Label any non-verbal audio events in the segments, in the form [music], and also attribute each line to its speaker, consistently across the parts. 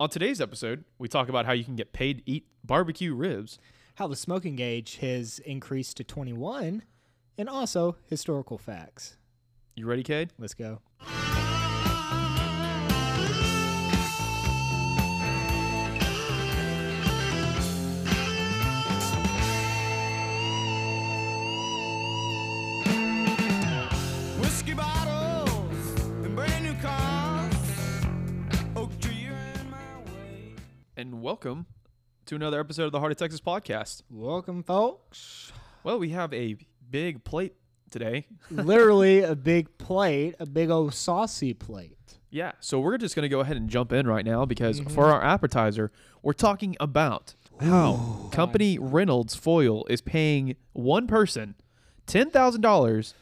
Speaker 1: On today's episode, we talk about how you can get paid to eat barbecue ribs.
Speaker 2: how the smoking age has increased to 21, and also historical facts.
Speaker 1: You ready, Cade?
Speaker 2: Let's go.
Speaker 3: Whiskey bottles and brand new cars. Oak tree, you're in my way.
Speaker 1: And welcome to another episode of the Heart of Texas podcast.
Speaker 2: Welcome, folks.
Speaker 1: Well, we have a big plate today.
Speaker 2: Literally a big plate, a big old saucy plate.
Speaker 1: Yeah, so we're just going to go ahead and jump in right now because for our appetizer, we're talking about how company Reynolds Foil is paying one person $10,000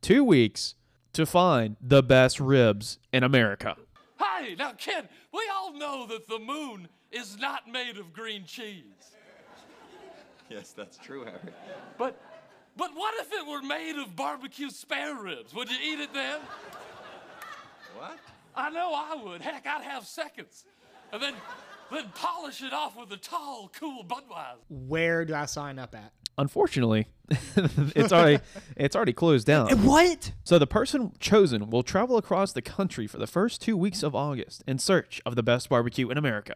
Speaker 1: two weeks to find the best ribs in America.
Speaker 4: Hey, now, kid, we all know that the moon is not made of green cheese.
Speaker 5: Yes, that's true, Harry.
Speaker 4: But, but what if it were made of barbecue spare ribs? Would you eat it then?
Speaker 5: What?
Speaker 4: I know I would. Heck, I'd have seconds. And then, then polish it off with a tall, cool Budweiser.
Speaker 2: Where do I sign up at?
Speaker 1: Unfortunately, [laughs] it's already it's already closed [laughs] down.
Speaker 2: What?
Speaker 1: So the person chosen will travel across the country for the first two weeks of August in search of the best barbecue in America.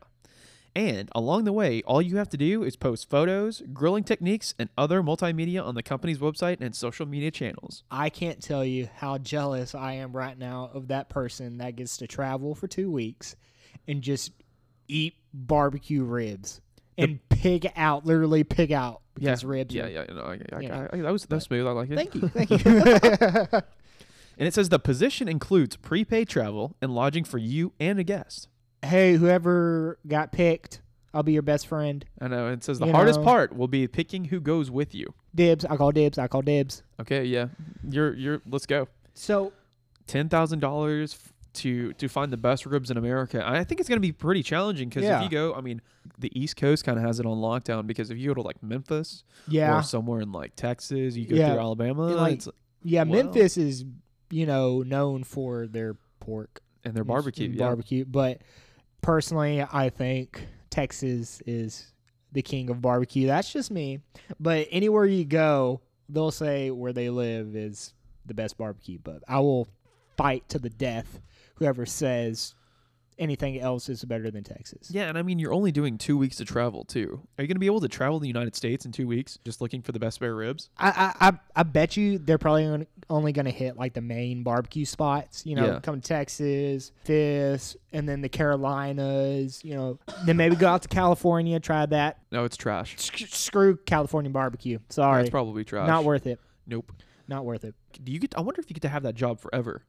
Speaker 1: And along the way, all you have to do is post photos, grilling techniques, and other multimedia on the company's website and social media channels.
Speaker 2: I can't tell you how jealous I am right now of that person that gets to travel for two weeks and just eat barbecue ribs and pig out, literally pig out because ribs.
Speaker 1: Yeah,
Speaker 2: are-
Speaker 1: yeah, no, I, I,
Speaker 2: Yeah.
Speaker 1: I, I, that was that was smooth. I like it.
Speaker 2: Thank you. Thank you.
Speaker 1: [laughs]
Speaker 2: [laughs]
Speaker 1: And it says the position includes prepaid travel and lodging for you and a guest.
Speaker 2: hey, whoever got picked, I'll be your best friend.
Speaker 1: I know. It says the
Speaker 2: You
Speaker 1: hardest
Speaker 2: know.
Speaker 1: part will be picking who goes with you.
Speaker 2: Dibs. I call dibs. I call dibs.
Speaker 1: Okay, yeah, you're you're. Let's go.
Speaker 2: So
Speaker 1: ten thousand dollars to to find the best ribs in America. I think it's going to be pretty challenging because
Speaker 2: Yeah.
Speaker 1: if you go, I mean, the East Coast kind of has it on lockdown because if you go to like Memphis
Speaker 2: yeah,
Speaker 1: or somewhere in like Texas, you go
Speaker 2: Yeah.
Speaker 1: through Alabama,
Speaker 2: And, like,
Speaker 1: it's-
Speaker 2: yeah.
Speaker 1: Wow.
Speaker 2: Memphis is you know known for their pork
Speaker 1: and their barbecue.
Speaker 2: and
Speaker 1: Yeah.
Speaker 2: barbecue. But personally, I think Texas is the king of barbecue. That's just me. But anywhere you go, they'll say where they live is the best barbecue. But I will fight to the death whoever says anything else is better than Texas.
Speaker 1: Yeah, and I mean, you're only doing two weeks to travel too. Are you going to be able to travel the United States in two weeks just looking for the best spare ribs?
Speaker 2: I, I, I- I bet you they're probably on- only going to hit like the main barbecue spots. You know,
Speaker 1: Yeah.
Speaker 2: come to Texas, this, and then the Carolinas. You know, then maybe go out to California, try that.
Speaker 1: No, it's trash.
Speaker 2: Sc- screw California barbecue. Sorry,
Speaker 1: That's probably trash.
Speaker 2: not worth it.
Speaker 1: Nope.
Speaker 2: Not worth it.
Speaker 1: Do you get? I wonder if you get to have that job forever.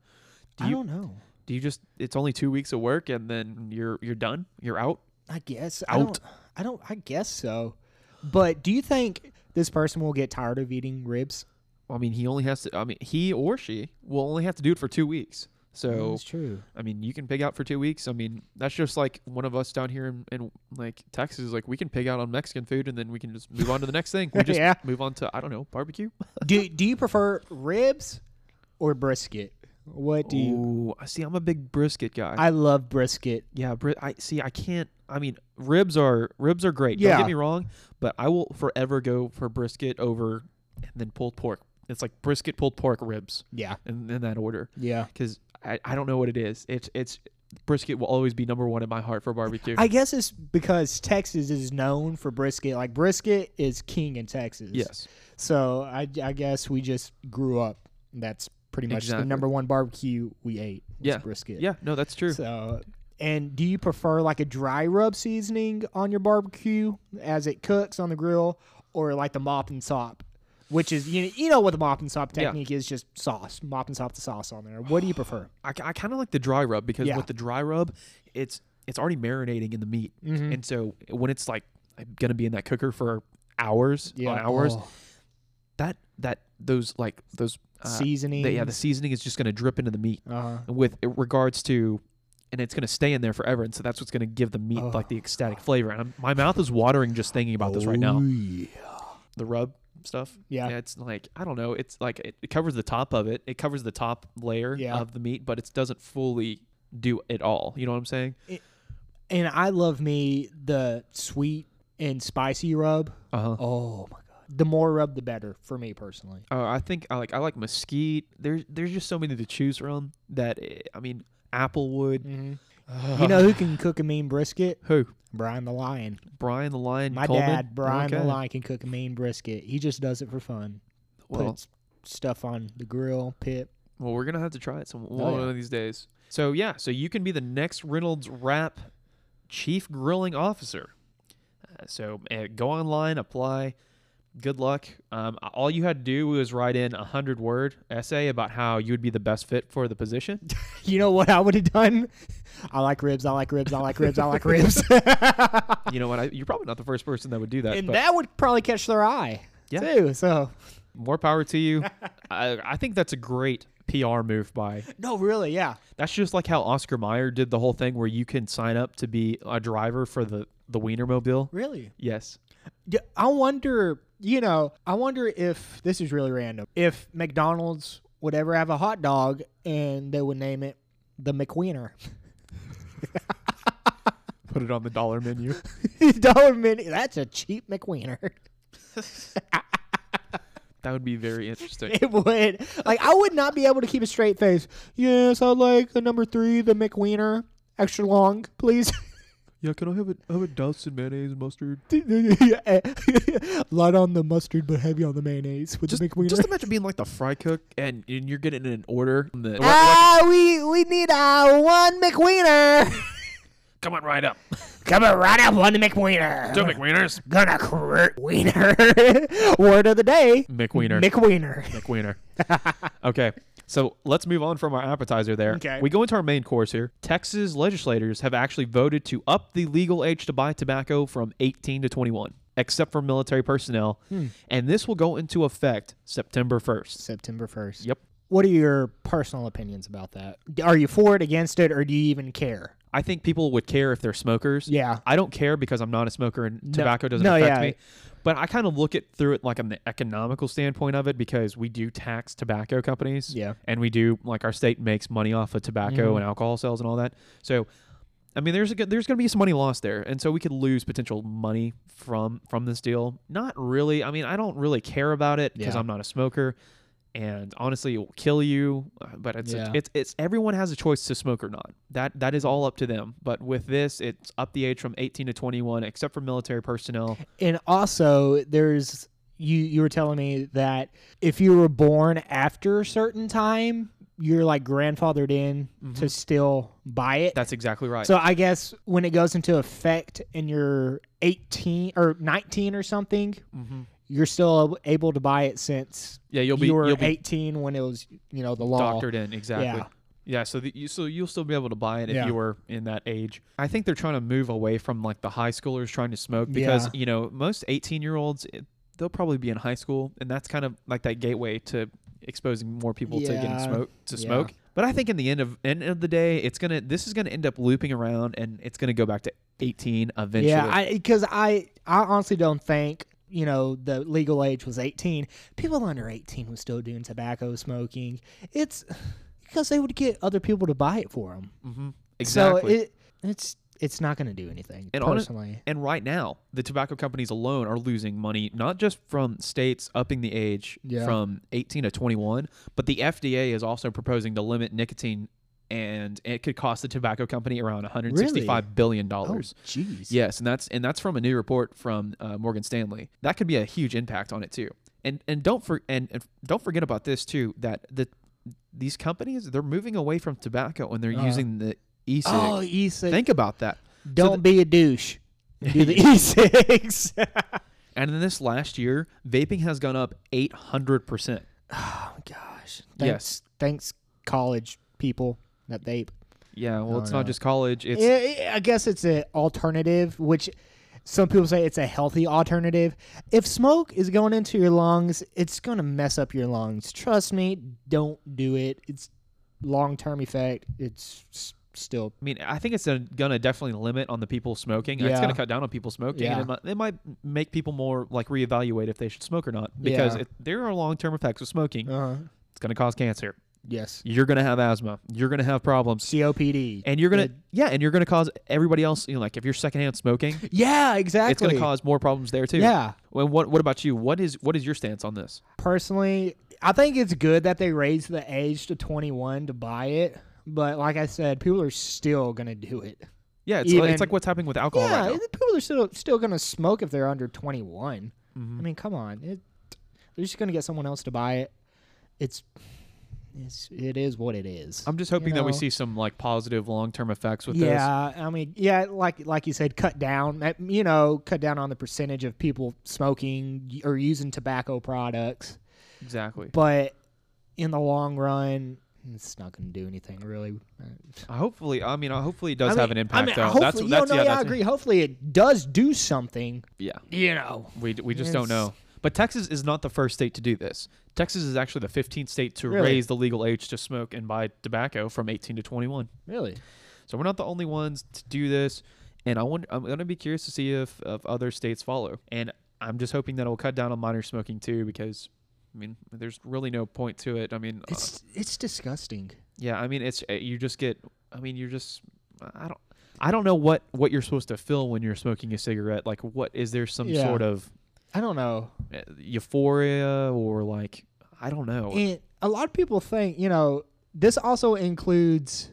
Speaker 1: Do
Speaker 2: I
Speaker 1: you
Speaker 2: don't know.
Speaker 1: do you just? It's only two weeks of work and then you're you're done. You're out.
Speaker 2: I guess I don't. I don't. I guess so. But do you think this person will get tired of eating ribs?
Speaker 1: I mean, he only has to. I mean, he or she will only have to do it for two weeks. So,
Speaker 2: Mm, true.
Speaker 1: I mean, you can pig out for two weeks. I mean, that's just like one of us down here in, in like Texas. Like, we can pig out on Mexican food, and then we can just move on to the next thing.
Speaker 2: [laughs]
Speaker 1: We just
Speaker 2: Yeah.
Speaker 1: move on to I don't know barbecue.
Speaker 2: Do Do you prefer ribs or brisket? What do you?
Speaker 1: Ooh, I see. I'm a big brisket guy.
Speaker 2: I love brisket.
Speaker 1: yeah, bri- I see. I can't. I mean, ribs are ribs are great. Don't
Speaker 2: Yeah.
Speaker 1: get me wrong, but I will forever go for brisket over and then pulled pork. It's like brisket, pulled pork, ribs,
Speaker 2: Yeah.
Speaker 1: in, in that order.
Speaker 2: Yeah.
Speaker 1: because I, I don't know what it is. It's it's brisket will always be number one in my heart for barbecue.
Speaker 2: I guess it's because Texas is known for brisket. Like brisket is king in Texas.
Speaker 1: yes,
Speaker 2: So I, I guess we just grew up. That's pretty much
Speaker 1: Exactly.
Speaker 2: the number one barbecue we ate. Was
Speaker 1: yeah,
Speaker 2: Brisket.
Speaker 1: Yeah, no, that's true.
Speaker 2: So, and do you prefer like a dry rub seasoning on your barbecue as it cooks on the grill, or like the mop and sop, which is you you know what the mop and sop
Speaker 1: Yeah.
Speaker 2: technique is? Just sauce, mop and sop the sauce on there. What do you prefer?
Speaker 1: I, kind of like the dry rub because
Speaker 2: Yeah.
Speaker 1: with the dry rub, it's it's already marinating in the meat,
Speaker 2: Mm-hmm.
Speaker 1: and so when it's like gonna be in that cooker for hours, [sighs] on hours, Uh,
Speaker 2: Oh,
Speaker 1: that that those like those uh, the- yeah, the
Speaker 2: Seasonings.
Speaker 1: seasoning is just gonna drip into the meat
Speaker 2: Uh-huh.
Speaker 1: with regards to. And it's gonna stay in there forever, and so that's what's gonna give the meat like the
Speaker 2: Oh.
Speaker 1: ecstatic flavor. And I'm, my mouth is watering just thinking about this right now. the rub stuff.
Speaker 2: Yeah.
Speaker 1: it's like I don't know. It's like it, it covers the top of it. It covers the top layer
Speaker 2: Yeah.
Speaker 1: of the meat, but it doesn't fully do it all. You know what I'm saying?
Speaker 2: And I love me the sweet and spicy rub.
Speaker 1: Uh-huh.
Speaker 2: Oh my god. The more rub the better for me personally.
Speaker 1: Oh, I think I like I like mesquite. There's there's just so many to choose from that eh, I mean applewood.
Speaker 2: Mm-hmm. You know
Speaker 1: [laughs]
Speaker 2: who can cook a mean brisket?
Speaker 1: Who?
Speaker 2: Brian the Lion.
Speaker 1: Brian the Lion.
Speaker 2: My
Speaker 1: Coleman?
Speaker 2: dad, Brian the
Speaker 1: Okay.
Speaker 2: Lion, can cook a mean brisket. He just does it for fun.
Speaker 1: Well,
Speaker 2: Puts stuff on the grill, pit.
Speaker 1: well, we're gonna have to try it some one
Speaker 2: Oh, yeah.
Speaker 1: of these days. So yeah, so you can be the next Reynolds Wrap Chief Grilling Officer. Uh, so uh, go online, apply. Good luck. Um, all you had to do was write in a hundred word essay about how you would be the best fit for the [laughs] position.
Speaker 2: [laughs] You know what I would have done? [laughs] I like ribs, I like ribs, I like ribs, I
Speaker 1: [laughs]
Speaker 2: like ribs.
Speaker 1: you know what? I, you're probably not the first person that would do that.
Speaker 2: and
Speaker 1: but-
Speaker 2: that would probably catch their eye
Speaker 1: Yeah.
Speaker 2: too. So
Speaker 1: More power to [laughs] you. I, I think that's a great PR move by.
Speaker 2: no, really, yeah.
Speaker 1: That's just like how Oscar Mayer did the whole thing where you can sign up to be a driver for the the Wienermobile.
Speaker 2: Really?
Speaker 1: Yes.
Speaker 2: D- I wonder, you know, I wonder if this is really random. If McDonald's would ever have a hot dog and they would name it the McWiener. [laughs]
Speaker 1: Put it on the dollar menu.
Speaker 2: Dollar menu. That's a cheap McWiener.
Speaker 1: [laughs]
Speaker 2: [laughs]
Speaker 1: That would be very [laughs] interesting.
Speaker 2: It would. Like, I would not be able to keep a straight face. Yes, I'd like the number three, the McWiener. Extra long, please. [laughs]
Speaker 1: yeah, can I have a have a doused in mayonnaise and mustard?
Speaker 2: Light on the mustard, but heavy on the mayonnaise with
Speaker 1: Just,
Speaker 2: the McWiener.
Speaker 1: just
Speaker 2: [laughs]
Speaker 1: imagine being like the fry cook and, and you're getting an order. and the-
Speaker 2: ah, we we need uh, one McWiener.
Speaker 1: Come on, right up.
Speaker 2: Coming right up on the McWiener.
Speaker 5: [laughs]
Speaker 1: Two McWieners.
Speaker 2: Gonna crit wiener. [laughs] Word of the day.
Speaker 1: McWiener.
Speaker 2: McWiener.
Speaker 1: [laughs] McWiener. okay. So let's move on from our appetizer there.
Speaker 2: Okay.
Speaker 1: We go into our main course here. Texas legislators have actually voted to up the legal age to buy tobacco from 18 to 21, except for military personnel. And this will go into effect September 1st.
Speaker 2: September 1st.
Speaker 1: Yep.
Speaker 2: What are your personal opinions about that? Are you for it, against it, or do you even care?
Speaker 1: I think people would care if they're smokers.
Speaker 2: Yeah.
Speaker 1: I don't care because I'm not a smoker and tobacco doesn't
Speaker 2: No,
Speaker 1: affect
Speaker 2: yeah.
Speaker 1: me. But I kind of look at through it like on the economical standpoint of it because we do tax tobacco companies.
Speaker 2: Yeah. Mm-hmm.
Speaker 1: And we do like our state makes money off of tobacco and alcohol sales and all that. So I mean there's a good, there's going to be some money lost there. And so we could lose potential money from from this deal. Not really. I mean, I don't really care about it because
Speaker 2: Yeah.
Speaker 1: I'm not a smoker. And honestly, it will kill you. uh, But it's,
Speaker 2: Yeah.
Speaker 1: it's it's it's everyone has a choice to smoke or not. That that is all up to them. But with this, it's up the age from 18 to 21, except for military personnel.
Speaker 2: And also, there's you. You were telling me that if you were born after a certain time, you're like grandfathered in to still buy it.
Speaker 1: Mm-hmm. That's exactly right.
Speaker 2: So I guess when it goes into effect and you're 18 or 19 or something, you're still able to buy it since
Speaker 1: Mm-hmm. yeah, you'll be
Speaker 2: you were
Speaker 1: you'll be
Speaker 2: 18 when it was, you know, the law.
Speaker 1: doctored in exactly.
Speaker 2: Yeah.
Speaker 1: Yeah. so the, you so you'll still be able to buy it if
Speaker 2: Yeah.
Speaker 1: you were in that age. I think they're trying to move away from like the high schoolers trying to smoke because
Speaker 2: Yeah.
Speaker 1: you know most 18 year olds they'll probably be in high school and that's kind of like that gateway to exposing more people to getting
Speaker 2: Yeah.
Speaker 1: smoke to
Speaker 2: Yeah.
Speaker 1: smoke. But I think in the end of end of the day, it's gonna this is gonna end up looping around and it's gonna go back to 18 eventually.
Speaker 2: Yeah, I because I I honestly don't think you know the legal age was 18. People under 18 was still doing tobacco smoking. It's [sighs] because they would get other people to buy it for them.
Speaker 1: Mm, exactly.
Speaker 2: So it it's it's not going to do anything
Speaker 1: And hon-
Speaker 2: personally.
Speaker 1: and right now, the tobacco companies alone are losing money, not just from states upping the age
Speaker 2: Yeah.
Speaker 1: from 18 to 21, but the FDA is also proposing to limit nicotine, and it could cost the tobacco company around 165
Speaker 2: Oh.
Speaker 1: billion dollars.
Speaker 2: Jeez.
Speaker 1: Yes, and that's and that's from a new report from uh, Morgan Stanley. That could be a huge impact on it too. And and don't for and, and don't forget about this too that the these companies they're moving away from tobacco and they're using the e-cig.
Speaker 2: Uh. Oh, e-cig.
Speaker 1: Think about that. So
Speaker 2: Don't be a douche.
Speaker 1: [laughs]
Speaker 2: Do the [laughs] Oh, E6.
Speaker 1: And in this last year, vaping has gone up 800%.
Speaker 2: oh gosh. Thanks,
Speaker 1: Yes.
Speaker 2: Thanks, college people that vape.
Speaker 1: Oh, Yeah, well, it's not just college. It's
Speaker 2: I I guess it's an alternative, which some people say it's a healthy alternative. If smoke is going into your lungs, it's gonna mess up your lungs. Trust me. Don't do it. It's long term effect. It's s- still
Speaker 1: I mean, I think it's uh, gonna definitely limit on the people smoking. It's
Speaker 2: Yeah.
Speaker 1: gonna cut down on people smoking.
Speaker 2: Yeah.
Speaker 1: And it, might, it might make people more like reevaluate if they should smoke or not because
Speaker 2: Yeah.
Speaker 1: it, there are long term effects of smoking.
Speaker 2: uh,
Speaker 1: It's gonna cause cancer.
Speaker 2: Yes.
Speaker 1: you're gonna have asthma. You're gonna have problems,
Speaker 2: COPD.
Speaker 1: and you're gonna
Speaker 2: Good.
Speaker 1: yeah, and you're gonna cause everybody else. You know, like if you're secondhand smoking,
Speaker 2: Yeah, exactly.
Speaker 1: it's gonna cause more problems there too.
Speaker 2: Yeah.
Speaker 1: Well, what what about you? What is what is your stance on this?
Speaker 2: Personally, I think it's good that they raised the age to 21 to buy it, but like I said, people are still gonna do it.
Speaker 1: Yeah, it's like,
Speaker 2: Even-
Speaker 1: it's like what's happening with alcohol
Speaker 2: Yeah,
Speaker 1: right now.
Speaker 2: it- people are still still gonna smoke if they're under 21. I mean, come on, it, they're just gonna get someone else to buy it. It's it's it is what it is.
Speaker 1: I'm just hoping
Speaker 2: you
Speaker 1: that we
Speaker 2: know?
Speaker 1: see some like positive long term effects with this.
Speaker 2: yeah, I mean, yeah, like like you said, cut down, uh, you know, cut down on the percentage of people smoking y- or using tobacco products.
Speaker 1: Exactly.
Speaker 2: But in the long run, it's not going to do anything really.
Speaker 1: Uh, Hopefully, I mean, uh, hopefully it does
Speaker 2: I mean-
Speaker 1: have an impact.
Speaker 2: I mean,
Speaker 1: though.
Speaker 2: hopefully,
Speaker 1: That's,
Speaker 2: you
Speaker 1: that's
Speaker 2: know,
Speaker 1: yeah,
Speaker 2: yeah, I
Speaker 1: that's-
Speaker 2: agree. Hopefully, it does do something.
Speaker 1: Yeah,
Speaker 2: You know,
Speaker 1: we d- we just don't
Speaker 2: It's-
Speaker 1: know. But Texas is not the first state to do this. Texas is actually the 15th state to
Speaker 2: Really?
Speaker 1: raise the legal age to smoke and buy tobacco from 18 to 21.
Speaker 2: really.
Speaker 1: So we're not the only ones to do this. And I wonder, I'm going to be curious to see if, if other states follow. And I'm just hoping that it'll cut down on minor smoking too, because I mean, there's really no point to it. I mean, uh,
Speaker 2: It's it's disgusting.
Speaker 1: yeah, I mean, it's uh, you just get. I mean, you're just. I don't. I don't know what what you're supposed to feel when you're smoking a cigarette. Like, what is there some
Speaker 2: Yeah.
Speaker 1: sort of
Speaker 2: I don't know.
Speaker 1: uh, euphoria or like I don't know.
Speaker 2: And a lot of people think, you know, this also includes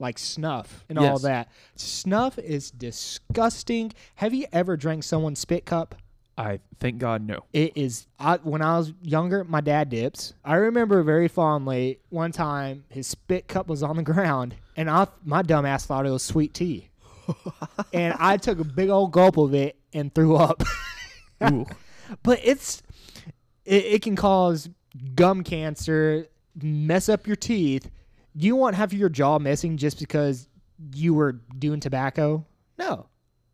Speaker 2: like snuff and all
Speaker 1: Yes.
Speaker 2: that. Snuff is disgusting. Have you ever drank someone's spit cup?
Speaker 1: I thank God no.
Speaker 2: It is. I, when I was younger, my dad dips. I remember very fondly one time his spit cup was on the ground, and I, my dumb ass thought it was sweet tea, and I took a big old gulp of it and threw up. [laughs]
Speaker 1: Ooh.
Speaker 2: but it's it, it can cause gum cancer, mess up your teeth. You want half of your jaw missing just because you were doing tobacco? No.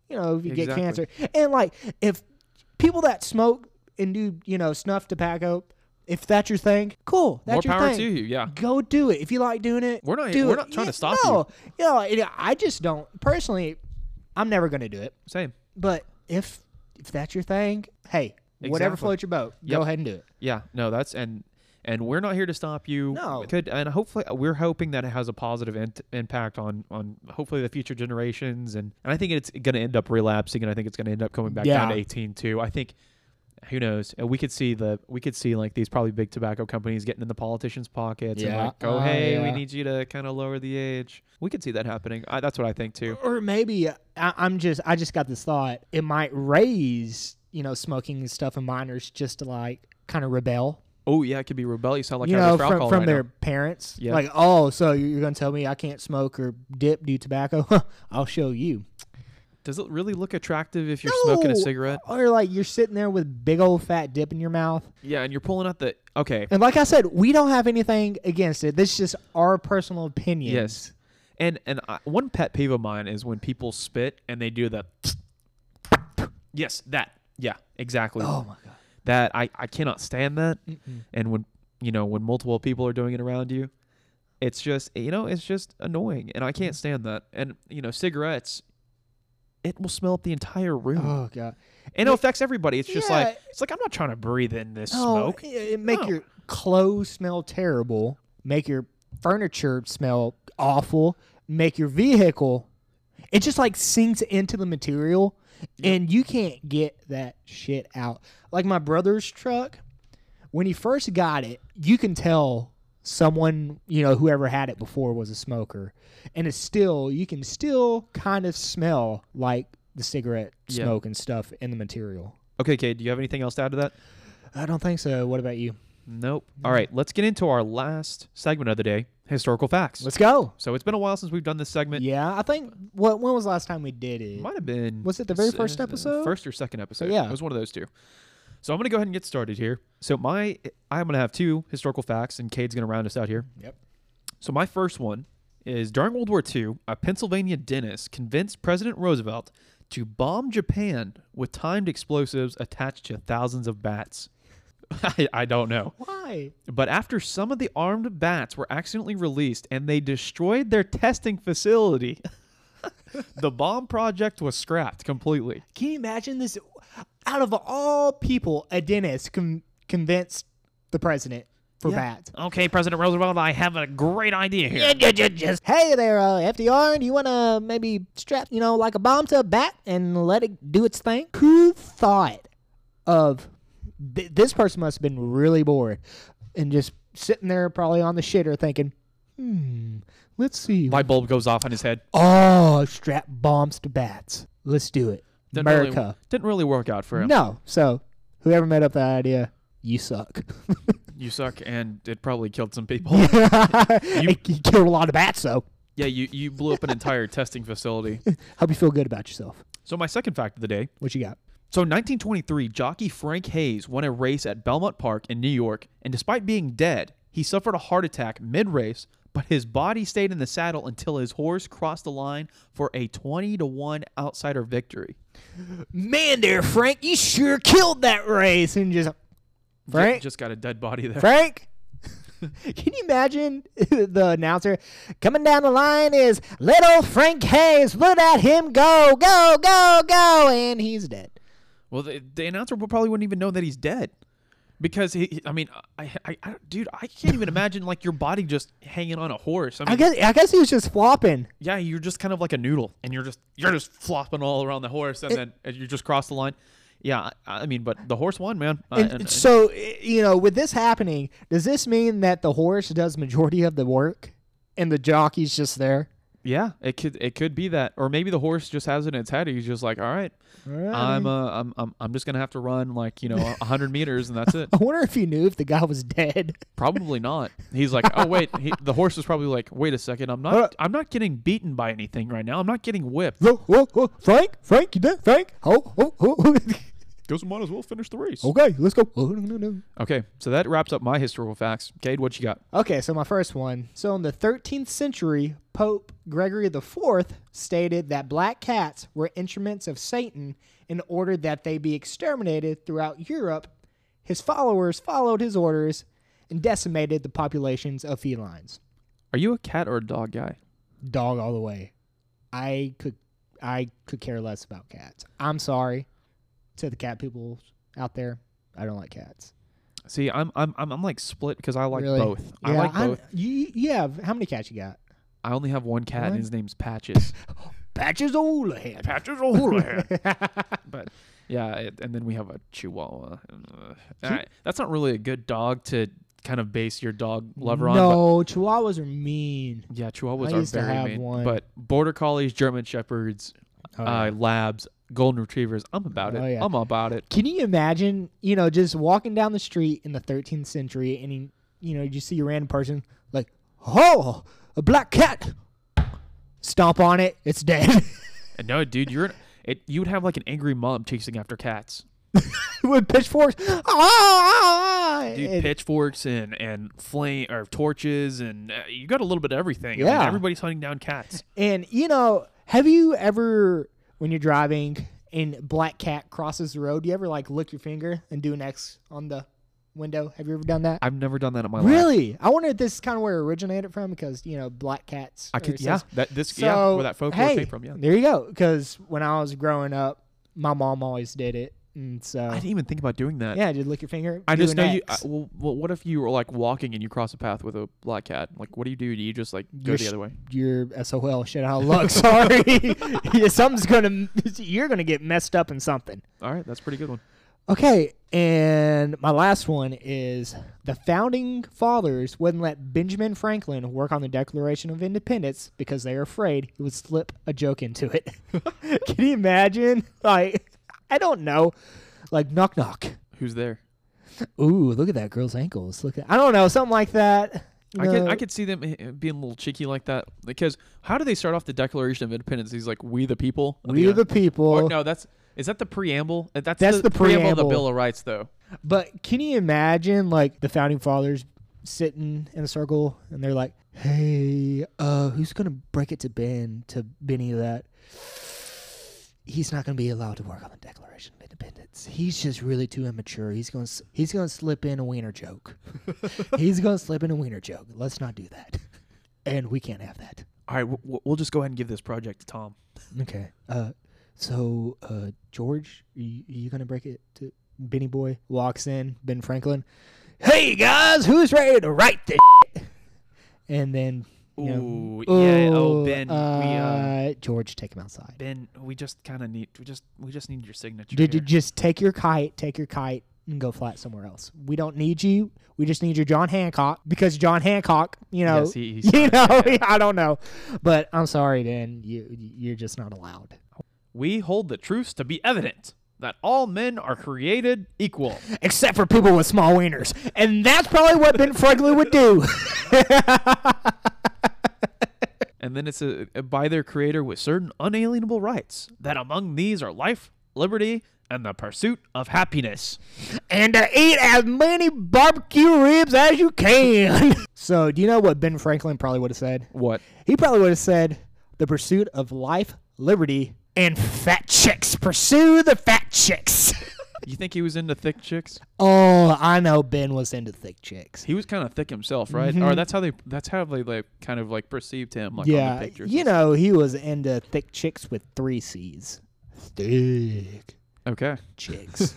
Speaker 2: You know, if you get
Speaker 1: Exactly.
Speaker 2: cancer. And like if people that smoke and do, you know, snuff tobacco, if that's your thing, cool. That's
Speaker 1: More
Speaker 2: your
Speaker 1: power
Speaker 2: thing.
Speaker 1: to you, yeah.
Speaker 2: Go do it. If you like doing it,
Speaker 1: We're not-
Speaker 2: do
Speaker 1: we're
Speaker 2: it.
Speaker 1: not trying to
Speaker 2: Yeah,
Speaker 1: stop
Speaker 2: no. you. No, it- I just don't personally I'm never gonna do it.
Speaker 1: Same.
Speaker 2: But if if that's your thing, hey, whatever
Speaker 1: Exactly.
Speaker 2: floats your boat,
Speaker 1: Yep.
Speaker 2: go ahead and do it.
Speaker 1: Yeah. No, that's and and we're not here to stop you.
Speaker 2: No.
Speaker 1: We Could and hopefully uh, we're hoping that it has a positive in- impact on on hopefully the future generations and and I think it's going to end up relapsing and I think it's going to end up coming back down to
Speaker 2: Yeah.
Speaker 1: 18 too. I think who knows? And we could see the we could see like these probably big tobacco companies getting in the politicians' pockets and
Speaker 2: Yeah.
Speaker 1: like, "Oh,
Speaker 2: Oh,
Speaker 1: hey, we
Speaker 2: yeah.
Speaker 1: need you to kind of lower the age." We could see that happening. I, that's what I think too.
Speaker 2: Or maybe I, I'm just I just got this thought. It might raise you know smoking and stuff in minors just to like kind of rebel.
Speaker 1: Oh, yeah, it could be rebellious. Sound like
Speaker 2: you
Speaker 1: I was
Speaker 2: know,
Speaker 1: for
Speaker 2: from,
Speaker 1: alcohol
Speaker 2: from
Speaker 1: right now.
Speaker 2: their parents,
Speaker 1: Yeah.
Speaker 2: like, oh, so you're gonna tell me I can't smoke or dip, do tobacco? [laughs] I'll show you.
Speaker 1: Does it really look attractive if you're smoking a
Speaker 2: No.
Speaker 1: cigarette?
Speaker 2: or like you're sitting there with big old fat dip in your mouth.
Speaker 1: Yeah, and you're pulling out the okay.
Speaker 2: And like I said, we don't have anything against it. This is just our personal opinion.
Speaker 1: Yes, and and I, one pet peeve of mine is when people spit and they do the. Yes, that. Yeah, exactly.
Speaker 2: Oh my god.
Speaker 1: That I I cannot stand that. And when you know when multiple people are doing it around you, it's just you know it's just annoying, and I can't
Speaker 2: Mm.
Speaker 1: stand that. And you know cigarettes. It will smell up the entire room,
Speaker 2: Oh god.
Speaker 1: and it affects everybody. It's just like
Speaker 2: Yeah.
Speaker 1: it's like I'm not trying to breathe in this
Speaker 2: No,
Speaker 1: smoke.
Speaker 2: Oh, It, it make
Speaker 1: No.
Speaker 2: your clothes smell terrible. Make your furniture smell awful. Make your vehicle. It just like sinks into the material, and you can't get that shit out. Like my brother's truck, when he first got it, you can tell someone you know whoever had it before was a smoker, and it's still you can still kind of smell like the cigarette
Speaker 1: Yeah.
Speaker 2: smoke and stuff in the material.
Speaker 1: Okay, Kate, do you have anything else to add to that?
Speaker 2: I don't think so. What about you?
Speaker 1: Nope.
Speaker 2: Mm.
Speaker 1: All right, let's get into our last segment of the day: historical facts.
Speaker 2: Let's go.
Speaker 1: so it's been a while since we've done this segment.
Speaker 2: Yeah, I think what when was the last time we did it?
Speaker 1: Might have been.
Speaker 2: Was it the very
Speaker 1: s-
Speaker 2: first
Speaker 1: uh,
Speaker 2: episode?
Speaker 1: First or second episode?
Speaker 2: yeah.
Speaker 1: it was one of those two. So I'm gonna go ahead and get started here. So my, I'm gonna have two historical facts, and Cade's gonna round us out here.
Speaker 2: Yep.
Speaker 1: So my first one is during World War II, a Pennsylvania dentist convinced President Roosevelt to bomb Japan with timed explosives attached to thousands of bats. [laughs] I, I don't know.
Speaker 2: Why?
Speaker 1: But after some of the armed bats were accidentally released and they destroyed their testing facility, [laughs] the bomb project was scrapped completely.
Speaker 2: Can you imagine this? Out of all people, a dentist con convinced the president for
Speaker 1: Yeah.
Speaker 2: bats.
Speaker 1: Okay, President Roosevelt, I have a great idea here.
Speaker 2: Just hey there, uh, FDR. Do you want to maybe strap, you know, like a bomb to a bat and let it do its thing? Who thought of th- this person? Must have been really bored and just sitting there, probably on the shitter, thinking, "Hmm, let's see.
Speaker 1: Light bulb goes off on his head.
Speaker 2: oh, strap bombs to bats. Let's do it,
Speaker 1: really-
Speaker 2: America."
Speaker 1: didn't really work out for him.
Speaker 2: No, so whoever made up that idea,
Speaker 1: [laughs]
Speaker 2: you suck.
Speaker 1: You suck, and it probably killed some people.
Speaker 2: [laughs] you, killed a lot of bats, so
Speaker 1: yeah, you, you blew up an entire testing
Speaker 2: [laughs]
Speaker 1: facility.
Speaker 2: hope you feel good about yourself.
Speaker 1: So, my second fact of the day
Speaker 2: What you got?
Speaker 1: So, in 1923, jockey Frank Hayes won a race at Belmont Park in New York, and despite being dead, he suffered a heart attack mid race, but his body stayed in the saddle until his horse crossed the line for a 20 to 1 outsider victory.
Speaker 2: Man, there, Frank, you sure killed that race, and just Frank,
Speaker 1: Ju- Just got a dead body there.
Speaker 2: Frank. [laughs] Can you imagine [laughs] the announcer coming down the line is little Frank Hayes? Look at him go, go, go, go, and he's dead.
Speaker 1: Well, the, the announcer would- probably wouldn't even know that he's dead. Because he, he- I mean, I, I, I, dude, I can't even imagine like your body just hanging on a horse. I mean,
Speaker 2: I guess I guess he was just flopping.
Speaker 1: yeah, you're just kind of like a noodle, and you're just you're just flopping all around the horse, and then and you just cross the line. Yeah, I, I mean, but the horse won, man. I-
Speaker 2: And
Speaker 1: and- uh,
Speaker 2: so, i- you know, with this happening, does this mean that the horse does majority of the work and the jockey's just there?
Speaker 1: yeah, it could it could be that, or maybe the horse just has it in its head. He's just like, all right, I'm uh, I'm I'm I'm just gonna have to run like you know a hundred meters, and that's it. [laughs]
Speaker 2: I wonder if he knew if the guy was dead. [laughs]
Speaker 1: Probably not. He's like, oh wait, he, the horse is probably like, wait a second, I'm
Speaker 2: Uh,
Speaker 1: not I'm not getting beaten by anything right now. I'm not getting whipped.
Speaker 2: Whoa, whoa, whoa. Frank, Frank, you dead, Frank? Oh, oh, [laughs] oh.
Speaker 1: Guess we might as well finish the race.
Speaker 2: okay, let's go. [laughs] Oh, no, no, no.
Speaker 1: Okay, so that wraps up my historical facts. Cade, what you got?
Speaker 2: Okay, so my first one. So in the 13th century, Pope Gregory IV stated that black cats were instruments of Satan and ordered that they be exterminated throughout Europe. His followers followed his orders and decimated the populations of felines.
Speaker 1: Are you a cat or a dog guy?
Speaker 2: Dog all the way. I could I could care less about cats. I'm sorry to the cat people out there. I don't like cats.
Speaker 1: See, I'm I'm I'm, I'm like split because I like
Speaker 2: Really?
Speaker 1: both. I
Speaker 2: Yeah,
Speaker 1: like
Speaker 2: I'm-
Speaker 1: both.
Speaker 2: You, you have how many cats you got?
Speaker 1: I only have one cat, and
Speaker 2: What?
Speaker 1: his name's Patches. [laughs]
Speaker 2: Patches of Houlihan.
Speaker 1: Patches
Speaker 2: [laughs]
Speaker 1: O'Houlihan. but yeah, it, and then we have a Chihuahua. Uh, I- that's not really a good dog to kind of base your dog lover on. but-
Speaker 2: No, Chihuahuas are mean.
Speaker 1: yeah, Chihuahuas
Speaker 2: I used
Speaker 1: are
Speaker 2: to
Speaker 1: very
Speaker 2: have
Speaker 1: mean.
Speaker 2: one. Oh,
Speaker 1: But Border Collies, German Shepherds,
Speaker 2: yeah.
Speaker 1: uh, Labs, Golden Retrievers. I'm about it.
Speaker 2: Oh, yeah.
Speaker 1: I'm about it.
Speaker 2: Can you imagine, you know, just walking down the street in the 13th century and, you- you know, you see a random person like, oh, a black cat. Stomp on it, it's dead. [laughs]
Speaker 1: And no, dude, you're it. You would have like an angry mom chasing after cats.
Speaker 2: With pitchforks. Ah, ah, ah.
Speaker 1: Dude,
Speaker 2: And-
Speaker 1: pitchforks and and flame or torches and uh, you got a little bit of everything. I mean,
Speaker 2: Yeah.
Speaker 1: everybody's hunting down cats.
Speaker 2: And you know, have you ever when you're driving and black cat crosses the road, you ever like lick your finger and do an X on the window? Have you ever done that?
Speaker 1: I've never done that in my life.
Speaker 2: really? I wonder if this is kind of where it originated from because you know black cats.
Speaker 1: I
Speaker 2: are
Speaker 1: could,
Speaker 2: so-
Speaker 1: yeah. That this,
Speaker 2: So,
Speaker 1: yeah, where that folklore
Speaker 2: hey,
Speaker 1: came from. Yeah,
Speaker 2: There you go. Because when I was growing up, my mom always did it, and so
Speaker 1: I didn't even think about doing that.
Speaker 2: yeah, just lick your finger.
Speaker 1: I
Speaker 2: do
Speaker 1: just
Speaker 2: an
Speaker 1: know you. uh, I,
Speaker 2: X.
Speaker 1: well, well, what if you were like walking and you cross a path with a black cat? Like, what do you do? Do you just like go
Speaker 2: You're
Speaker 1: the
Speaker 2: sh-
Speaker 1: other way?
Speaker 2: You're SOL. Shit out of luck. [laughs] Sorry. Yeah, something's gonna. [laughs] You're gonna get messed up in something.
Speaker 1: All right, that's a pretty good one.
Speaker 2: Okay, and my last one is the founding fathers wouldn't let Benjamin Franklin work on the Declaration of Independence because they were afraid he would slip a joke into it. [laughs] Can you imagine? Like, I don't know. Like, knock knock.
Speaker 1: Who's there?
Speaker 2: Ooh, look at that girl's ankles. Look at I don't know, something like that.
Speaker 1: I could
Speaker 2: No.
Speaker 1: I could see them eh, being a little cheeky like that because how do they start off the Declaration of Independence? He's like, "We the people." at
Speaker 2: we
Speaker 1: end.
Speaker 2: the people.
Speaker 1: Or, no, that's is that the preamble? Uh, That's
Speaker 2: That's the
Speaker 1: of the
Speaker 2: preamble.
Speaker 1: Bill of Rights, though.
Speaker 2: But can you imagine like the founding fathers sitting in a circle and they're like, "Hey, uh, who's gonna break it to Ben to Benny that he's not gonna be allowed to work on the Declaration of Independence? He's just really too immature. He's gonna s- he's gonna slip in a wiener joke. he's gonna slip in a wiener joke. Let's not do that. And we can't have that.
Speaker 1: All right, we'll, we'll just go ahead and give this project to Tom.
Speaker 2: Okay. Uh, so uh, George, you, you gonna break it to Benny Boy? Walks in, Ben Franklin. "Hey guys, who's ready to write this?" shit?" And then, you know,
Speaker 1: Ooh, yeah. Oh,
Speaker 2: "Ooh,
Speaker 1: Ben, we uh,
Speaker 2: uh, George, take him outside.
Speaker 1: Ben, we just kind of need we just we just need your signature.
Speaker 2: Did you
Speaker 1: here.
Speaker 2: just take your kite, take your kite, and go flat somewhere else? We don't need you. We just need your John Hancock because John Hancock, you know,
Speaker 1: Yes, he- he's
Speaker 2: [laughs] you know, I don't know, but I'm sorry, Dan, you you're just not allowed.
Speaker 1: we hold the truths to be evident that all men are created equal.
Speaker 2: except for people with small wieners. And that's probably what Ben Franklin
Speaker 1: [laughs]
Speaker 2: would do.
Speaker 1: and then it's a, by their creator with certain unalienable rights that among these are life, liberty, and the pursuit of happiness.
Speaker 2: and to eat as many barbecue ribs as you can. [laughs] so, do you know what Ben Franklin probably would have said?
Speaker 1: What?
Speaker 2: He probably would have said, the pursuit of life, liberty, and fat chicks. Pursue the fat chicks. [laughs]
Speaker 1: You think he was into thick chicks?
Speaker 2: oh, I know Ben was into thick chicks.
Speaker 1: He was kind of thick himself, right?
Speaker 2: Mm-hmm.
Speaker 1: Or that's how they that's how they like kind of like perceived him like on the
Speaker 2: Yeah,
Speaker 1: pictures.
Speaker 2: you know, he was into thick chicks with three C's. Thick
Speaker 1: Okay.
Speaker 2: chicks.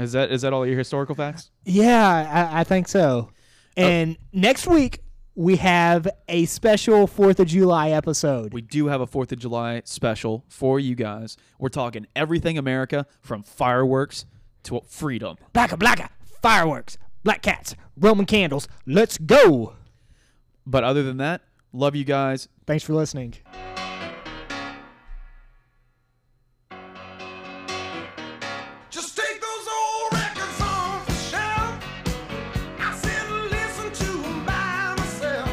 Speaker 1: Is that is that all your historical facts?
Speaker 2: Yeah, I, I think so. And next week we have a special Fourth of July episode.
Speaker 1: We do have a 4th of July special for you guys. We're talking everything America from fireworks to freedom.
Speaker 2: blacka blacka, fireworks, black cats, Roman candles. Let's go.
Speaker 1: But other than that, love you guys.
Speaker 2: Thanks for listening.
Speaker 3: Just take those old records off the shelf. I sit and listen to 'em by myself.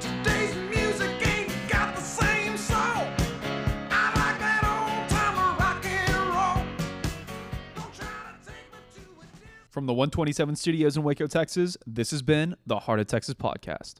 Speaker 3: Today's music ain't got the same soul. I like that old time rock and roll. Don't try to take me to a different.
Speaker 1: From the 127 studios in Waco, Texas, this has been the Heart of Texas podcast.